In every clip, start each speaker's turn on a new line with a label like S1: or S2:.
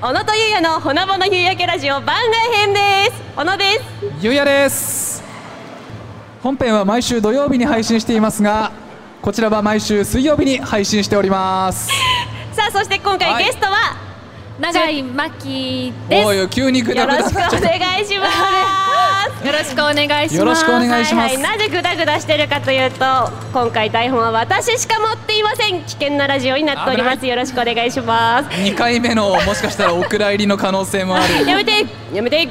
S1: 小野とゆうやのほなぼの夕焼けラジオ番外編です小野です
S2: ゆうやです本編は毎週土曜日に配信していますがこちらは毎週水曜日に配信しております
S1: さあそして今
S2: は
S1: 回
S2: い
S1: ゲストは
S3: 長井真希です。
S2: おい急にグ
S1: よ
S2: ダグ
S1: ろ
S2: ダ
S1: しくお願いします
S3: よろしくお願いします。
S2: よろしくお願いしま
S1: は
S2: す
S1: い、なぜグダグダしてるかというと今回台本は私しか持っていません危険なラジオになっておりま
S2: 危
S1: すよろしくお願いします
S2: 2回目のもしかしたらお蔵入りの可能性 もある
S1: やめてやめて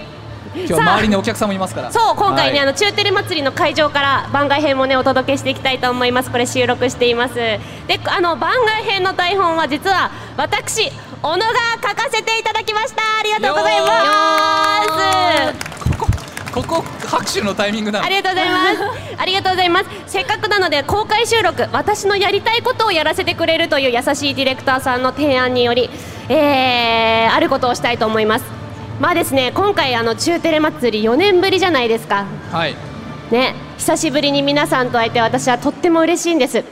S2: 今日は周りにお客さんもいますから
S1: そう今回ね、
S2: はい
S1: あの中テレ祭りの会場から番外編もねお届けしていきたいと思いますこれ収録していますであの番外編の台本は実は私小野が書かせていただきましたありがとうございます
S2: ここ拍手のタイミングな
S1: あ
S2: の
S1: りがとうございます。 ありがとうございます。せっかくなので公開収録、私のやりたいことをやらせてくれるという優しいディレクターさんの提案により、えーあることをしたいと思います。まあですね、今回あの中テレ祭り4年ぶりじゃないですか。
S2: はい
S1: ね、久しぶりに皆さんと会えて私はとっても嬉しいんです。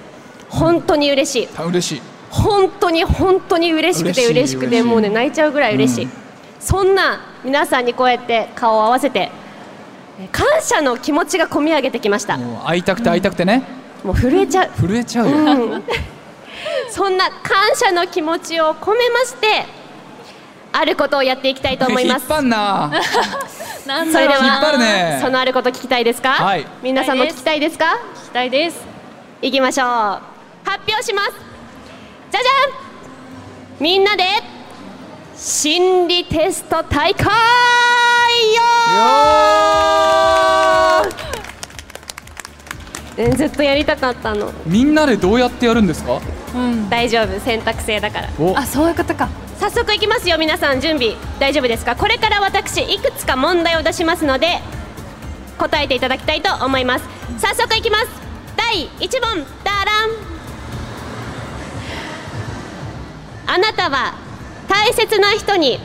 S1: 本当に嬉しい。
S2: た嬉しい
S1: 本当に本当に嬉しくて
S2: 嬉
S1: 嬉
S2: しい
S1: しく
S2: 嬉
S1: て
S2: しい
S1: もうね泣いちゃうぐらい嬉しい、
S2: うん
S1: そんな皆さんにこうやって顔を合わせてえー感謝の気持ちが込み上げてきましたも
S2: もう会いたくて会いたくてね
S1: う震えちゃう
S2: 震えちゃうよ
S1: そんな感謝の気持ちを込めましてあることをやっていきたいと思い ます
S2: 引っ張 んな
S3: なん
S1: そ
S3: だ
S1: れ
S3: ろ
S1: で
S3: う
S2: 引っ張る
S1: は、
S2: ね
S1: そのあること聞きたいですか、
S2: はい
S1: 皆さんも聞きたいですか
S3: 聞きたいです。
S1: いきましょう発表しますじゃじゃんみんなで心理テスト大会よ
S2: よー
S1: えずっとやりたかったの
S2: みんなでどうやってやるんですか
S3: うん。
S1: 大丈夫選択制だから
S2: お
S3: あ、そういうことか。
S1: 早速いきますよ皆さん準備大丈夫ですかこれから私いくつか問題を出しますので答えていただきたいと思います早速いきます第1問ダランあなたは大切な人に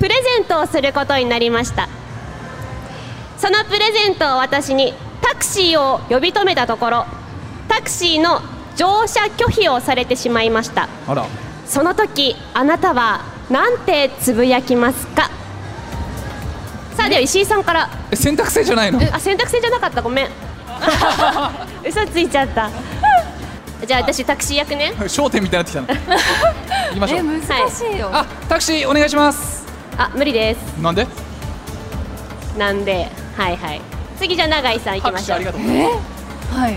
S1: プレゼントをすることになりましたそのプレゼントを私にタクシーを呼び止めたところタクシーの乗車拒否をされてしまいました
S2: あら
S1: その時あなたはなんてつぶやきますかさあでは石井さんから
S2: え選択制じゃないの
S1: あ選択制じゃなかったご めん嘘ついちゃったじゃあ私タクシー役ね
S2: 焦点みたいになってきた の行きましょ
S3: え、
S2: う
S3: 難しいよ。
S2: あタクシーお願いします
S1: あ無理です
S2: なんで
S1: なんではいはい次じゃあ永井さん行きま
S2: 拍
S1: し
S2: 手
S1: ょ
S2: あ
S1: う
S2: りがとう
S3: え、はい。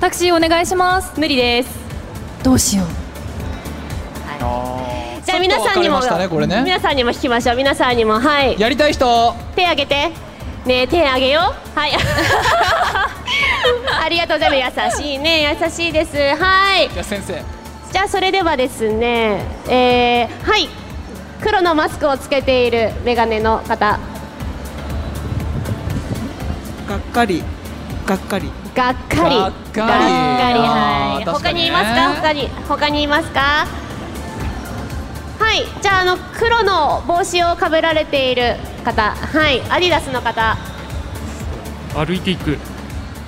S3: タクシーお願いします。
S1: 無理です
S3: どうしよう。
S2: あー
S1: じゃあ皆さんにも、
S2: ちょっと分かれましたねこれね
S1: 皆さんにも引きましょう皆さんにもはい
S2: やりたい人
S1: 手あげてねえ手あげよう はい ありがとうございます優しいね優しいですはい
S2: じゃあ先生
S1: じゃあそれではですね、えーはい黒のマスクをつけているメガネの方
S4: がっかりがっかり
S1: がっかり
S2: がっか
S1: がっ
S2: り
S1: かりは
S2: あ
S1: い
S2: ー確
S1: 他
S2: かに
S1: に
S2: ね
S1: いますか他に他にいますかはいじゃああの黒の帽子をかぶられている方はいアディダスの方
S5: 歩いていく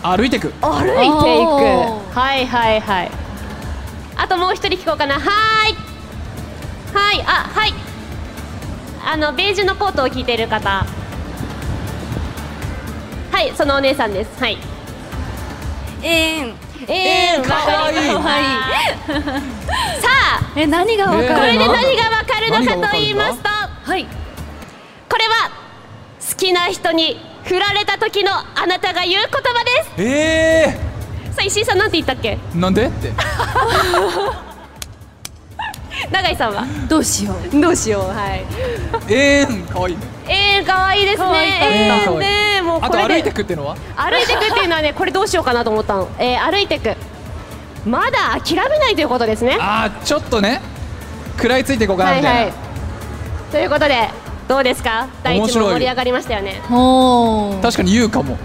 S2: 歩いてく
S1: 歩いていく
S3: おー
S1: はいはいはいあともう一人聞こうかなはーいはいあはいあのベージュのコートを着ている方はいそのお姉さんですはい
S3: えん。
S1: えー、
S2: えー
S1: わかりました
S2: かわい
S1: さあ
S3: え、何がわ
S1: こ
S3: か
S1: れ
S3: る
S1: で
S3: の？
S1: 何がわかるの
S2: 何が
S1: か
S2: わか
S1: と
S2: るの
S1: 言いますと
S3: はい。
S1: これは好きな人に振られた時のあなたが言う言葉で
S2: え
S1: すさあ石井さんなんて言ったっけ
S2: ーなんでって
S1: 永井さんは
S3: どうしよう。
S1: どうしようはい
S2: えーんかわいいね
S1: えー、可愛いですね。
S3: 可愛かった
S1: えー
S2: 可愛い
S1: ねもう
S2: あ
S1: ことれで
S2: 歩いてくってのは
S1: 歩いてくっていうのはね、これどうしようかなと思ったの。えー、歩いてく。まだ諦めないということですね。
S2: あーちょっとね食らいついていこうかな
S1: は
S2: み
S1: い
S2: た
S1: はいい。ということでどうですか？第
S2: 面
S1: 一
S2: 白い
S1: 問盛り上がりましたよね。
S3: お
S2: な
S3: ー
S2: 確かに言うかも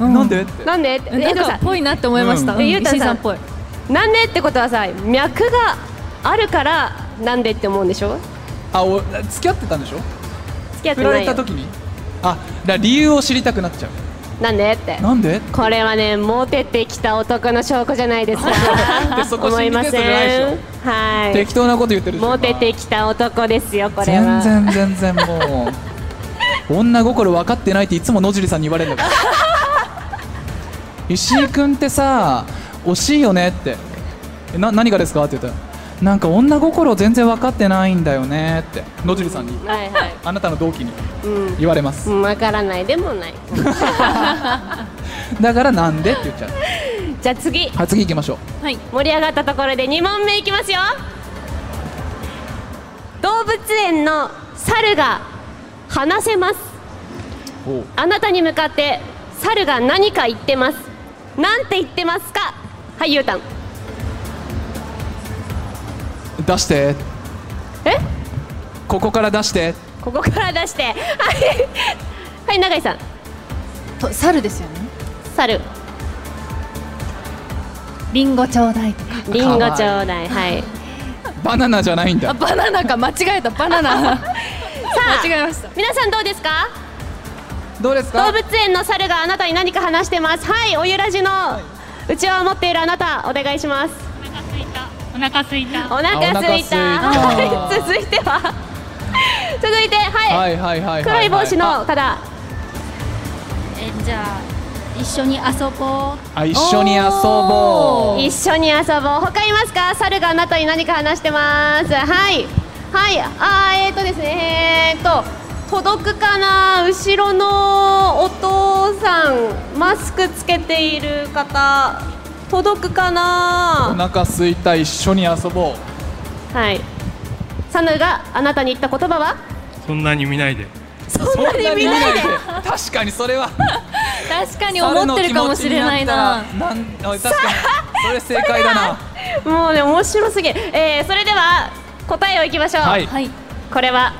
S3: うん
S2: なんでって
S1: なんで？え
S3: な
S1: ー
S3: ん
S1: でも
S3: か
S1: さ
S3: っぽいなって思いました。
S2: うん
S3: うん
S1: えゆうたさん
S3: 石井さんっぽい。
S1: なんでってことはさ、脈があるからなんでって思うんでしょ？
S2: あお付き合ってたんでしょ
S1: 付き合って
S2: 振ら
S1: な
S2: れ
S1: いよ
S2: た。時にあだから理由を知りたくなっちゃう
S1: なんでって
S2: なんで
S1: これはねモテてきた男の証拠じゃない ですか
S2: でそこ
S1: 思い
S2: 信じ
S1: ま
S2: て
S1: せ
S2: るじゃないでしょ
S1: んはい
S2: 適当なこと言ってるでしょ
S1: モテてきた男ですよこれ
S2: 全
S1: は
S2: 然全然もう女心分かってないっていつも野尻さんに言われるんだから石井君ってさ惜しいよねってえな何がですかって言ったらなんか女心全然分かってないんだよねって野尻さんに
S1: はいはい
S2: あなたの同期に
S1: うん
S2: 言われます
S1: うんわからないでもない
S2: だからなんでって言っちゃう
S1: じゃあ次
S2: はい次行きましょう
S3: はい。
S1: 盛り上がったところで2問目いきますよ動物園の猿が話せます
S2: おう
S1: あなたに向かって猿が何か言ってますなんて言ってますかはいゆうたん
S2: 出して
S1: え
S2: ここから出して
S1: ここから出してはいはい永井さん
S3: と猿ですよね。
S1: 猿
S3: リンゴちょうだいとか。
S1: リンゴちょうだいはい
S2: バナナじゃないん
S3: あ
S2: だ
S3: バナナか間違えたバナ ナ。間違えました。
S1: 皆さんどうですか
S2: どうです
S1: 動
S2: か
S1: 物園の猿があなたに何か話してますはいおゆらじのうちわを持っているあなたお願いします
S6: お腹すいた
S1: お腹
S2: あ
S1: す
S2: お腹
S1: い
S2: すいた
S1: たはい 続いては続いては
S2: はいいはいはいはいはい
S1: 黒い帽子の方
S6: えじゃあ一緒に遊ぼう
S2: あ一緒に遊ぼう
S1: 一緒に遊ぼう他いますか猿があなたに何か話してますはいはいあーえーとですねえーと届くかな後ろのお父さんマスクつけている方届くか
S2: お
S1: な
S2: 腹すいた一緒に遊ぼう
S1: はいサヌがあなたに言った言葉は
S5: そんなに見ないで
S2: そんなに見ないで確かにそれは
S3: 確かに思ってるかもしれないな。
S2: 猿の気持ちになったらなんおい確かにそれ正解だな
S1: もうね面白すぎる、えー、それでは答えをいきましょう、
S2: はい
S3: はい。
S1: これは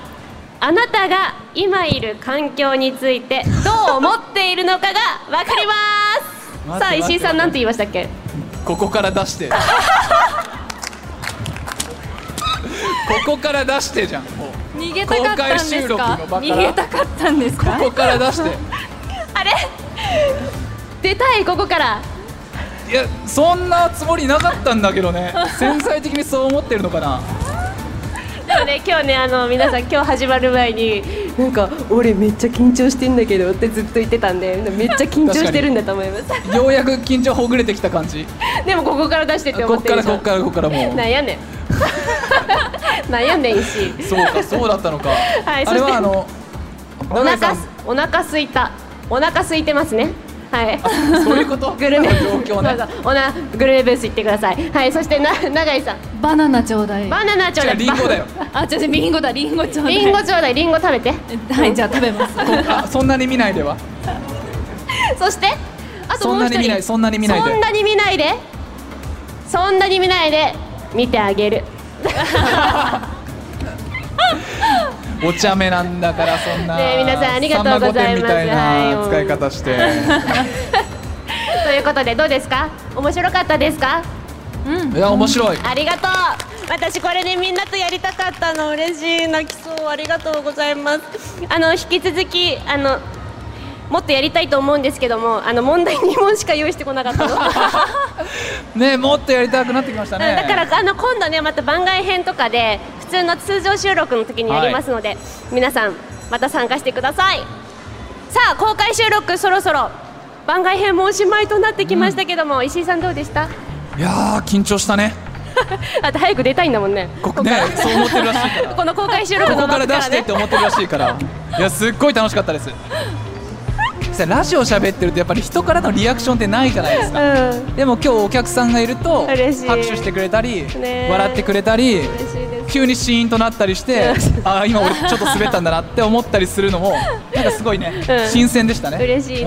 S1: あなたが今いる環境についてどう思っているのかがわかりますさあ
S2: 待っ
S1: 石
S2: て
S1: 井さんなんて言いましたっけ
S2: ここから出してここから出してじゃんもう
S3: 逃げたかったんです
S2: 公開収録の
S3: か
S2: バ。カラ
S3: 逃げたかったんですか。
S2: ここから出して
S1: あれ出たいここから
S2: いやそんなつもりなかったんだけどね潜在的にそう思ってるのかな
S1: なので今日ねあの皆さん今日始まる前になんか俺めっちゃ緊張してんだけどってずっと言ってたんでめっちゃ緊張してるんだと思います
S2: ようやく緊張ほぐれてきた感じ
S1: でもここから出してって
S2: こ
S1: 思
S2: っ
S1: って
S2: か
S1: る
S2: ら
S1: でし
S2: こ
S1: ょ
S2: っからこっからもう
S1: 悩んでん悩んで ん石井
S2: そうかそうだったのか、
S1: い
S2: あれ
S1: そして
S2: はあの
S1: お
S2: 永井さ
S1: 腹
S2: ん
S1: すお腹空いたお腹空いてますねはい
S2: そういうこと
S1: グルメ
S2: 状況ね
S1: そうそうおなグルメブース行ってくださいはいそしてな永井さん
S3: バナナちょうだい。
S1: バナナちょうだい
S2: 違うリンゴだよ
S3: あ、じゃリンゴだ。リンゴちょうだい。
S1: リンゴ。ちょうだいリンゴ食べて
S3: はい、じゃあ食べます。
S2: あそんなに見ないでは
S1: そしてあともう一人
S2: そんなに見ないそんなに見ないで
S1: そんなに見ないでそんなに見ないで見てあげる
S2: お茶目なんだからそんな、
S1: ねえ皆さんありがとうございます
S2: さんま御殿みたいな
S1: はい
S2: 使い方して、
S1: ということでどうですか面白かったですか
S2: い、や面白い
S1: ありがとう私これねみんなとやりたかったの嬉しい泣きそうありがとうございますあの引き続きあのもっとやりたいと思うんですけどもあの問題2問しか用意してこなかったの
S2: ねえもっとやりたくなってきましたね
S1: だからあの今度ねまた番外編とかで普通の通常収録の時にやりますので、皆さんまた参加してくださいさあ公開収録そろそろ番外編もおしまいとなってきましたけども、石井さんどうでした
S2: いやー緊張したね
S1: あと早く出たいんだもんね
S2: こねえそう思ってるらしいから
S1: この公開収録
S2: こ
S1: の
S2: こか
S1: 幕
S2: ら出
S1: から
S2: して
S1: ね
S2: って思ってるらしいからいやすっごい楽しかったですさラジオ喋ってるとやっぱり人からのリアクションってないじゃないですか、
S1: うん
S2: でも今日お客さんがいると拍手
S1: 嬉しい
S2: してくれたり
S1: ねえ
S2: 笑ってくれたり
S1: 嬉しいです
S2: 急にシーンとなった りしてあー今俺ちょっと滑ったんだなって思ったりするのもなんかすごいね、
S1: うん
S2: 新鮮でしたね
S1: 嬉しいね、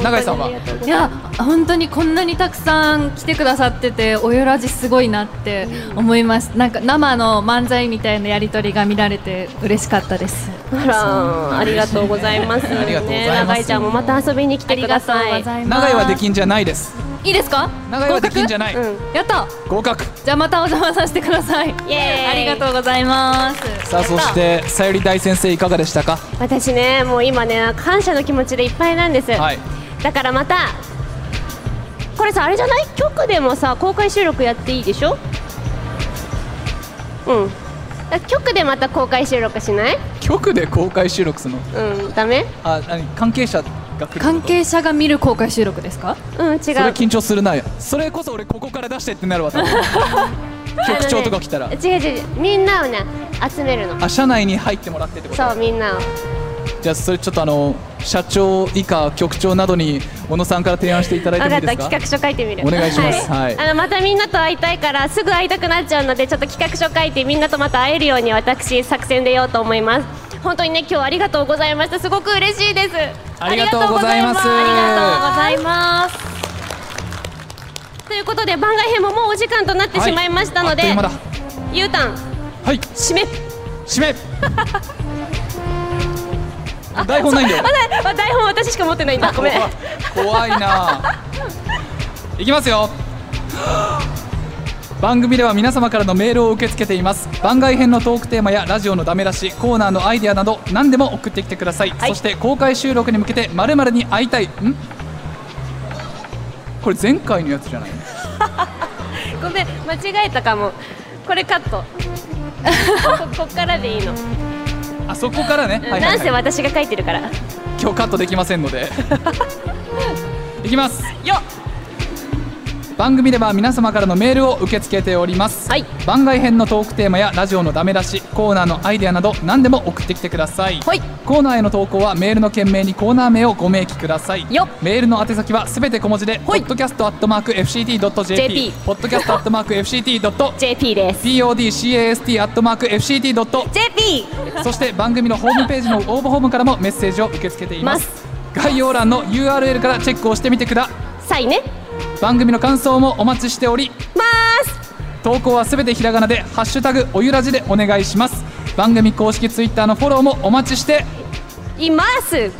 S1: 本当に
S2: ん、永井さん
S1: あ
S2: は
S1: りがとうご
S3: い
S1: ざい
S3: や本当にこんなにたくさん来てくださってておよらじすごいなって思いますなんか生の漫才みたいなやり取りが見られて嬉しかったです
S1: ますあらありがとうございます
S2: ありがとうござい
S1: ね
S2: ます
S1: 永井ちゃんもまた遊びに来
S3: あ
S1: て
S3: り
S1: く
S3: が
S1: だ
S3: とうご
S1: さ
S3: ざい
S1: い
S3: ます
S2: 永井はできんじゃないです
S3: いいですか
S2: 永井はできんじゃない、
S1: うん
S3: やった
S2: 合格
S3: じゃあまたお邪魔させてください
S1: イエーイ
S3: ありがとうございます
S2: さあそしてさゆり大先生いかがでしたか
S1: 私ねもう今ね感謝の気持ちでいっぱいなんです、
S2: はい
S1: だからまたこれさあれじゃない局でもさ公開収録やっていいでしょうんだ局でまた公開収録しない
S2: 局で公開収録するの
S1: うんダメ
S2: あ何関係者が来る
S3: 関係者が見る公開収録ですか
S1: うん違う
S2: それ緊張するなそれこそ俺ここから出してってなるわ多 分局長とか来たら
S1: あのね違う違う違うみんなをね集めるの
S2: あ社内に入ってもらってってこと
S1: そうみんなを
S2: じゃあそれちょっとあの社長以下局長などに小野さんから提案していただいて
S1: 分か
S2: もい
S1: っ
S2: いで
S1: た
S2: すか
S1: 企画書書いてみる
S2: お願いしますはい
S1: あのまたみんなと会いたいからすぐ会いたくなっちゃうのでちょっと企画書書いてみんなとまた会えるように私作戦出ようと思います本当にね今日はありがとうございましたすごく嬉しいです
S2: ありがとうございます
S1: ありがとうございますということで番外編ももうお時間となってしまいましたので、
S2: はいあっという間だ
S1: ゆうたん
S2: はい
S1: 締め
S2: 締 め台本ないんだよ
S1: あ台台本私しか持ってないんだごめん
S2: 怖いないきますよ番組では皆様からのメールを受け付けています番外編のトークテーマやラジオのダメ出しコーナーのアイデアなど何でも送ってきてください、
S1: い
S2: そして公開収録に向けてまるに会いたいんこれ前回のやつじゃない
S1: ごめん間違えたかもこれカッ トここっからでいいの、
S2: あそこからね、はいはいは
S1: ないんせ私が書いてるから
S2: 今日カットできませんので いきます
S1: よっ
S2: 番組では皆様からのメールを受け付けております、
S1: はい
S2: 番外編のトークテーマやラジオのダメ出しコーナーのアイデアなど何でも送ってきてください、
S1: はい
S2: コーナーへの投稿はメールの件名にコーナー名をご明記ください
S1: よっ
S2: メールの宛先はすべて小文字で、
S1: はい
S2: podcast.fct.jp
S1: JP
S2: podcast.fct.jp
S1: JP です
S2: podcast.fct.jp
S1: JP
S2: そして番組のホームページの応募フォームからもメッセージを受け付けています
S1: ま
S2: 概要欄の URL からチェックをしてみてくだ
S1: さいね
S2: 番組の感想もお待ちしており
S1: ます
S2: 投稿はすべてひらがなで「ハッシュタグおゆらじ」でお願いします番組公式ツイッターのフォローもお待ちして
S1: います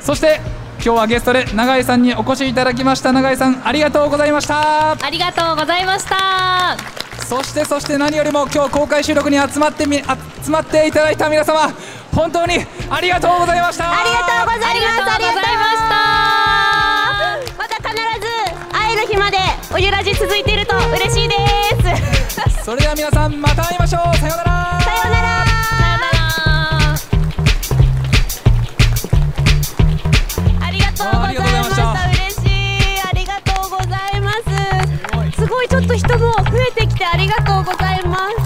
S2: そして今日はゲストで永井さんにお越しいただきました永井さんありがとうございました
S3: ありがとうございました
S2: そしてそして何よりも今日公開収録に集まってみ集まっていただいた皆様本当にありがとうございました
S1: ありがとうございます
S3: ありがとうございました
S1: ありがとうございましたまた必ず会える日までおゆらじ続いていると嬉しいですさよ
S2: それでは皆さんまた会いましょうさようなら
S1: うならありがとうございま
S2: ありがとうございま
S1: し
S2: した
S1: た嬉しいありがとうございますすごいちょっと人も増えてきてありがとうございます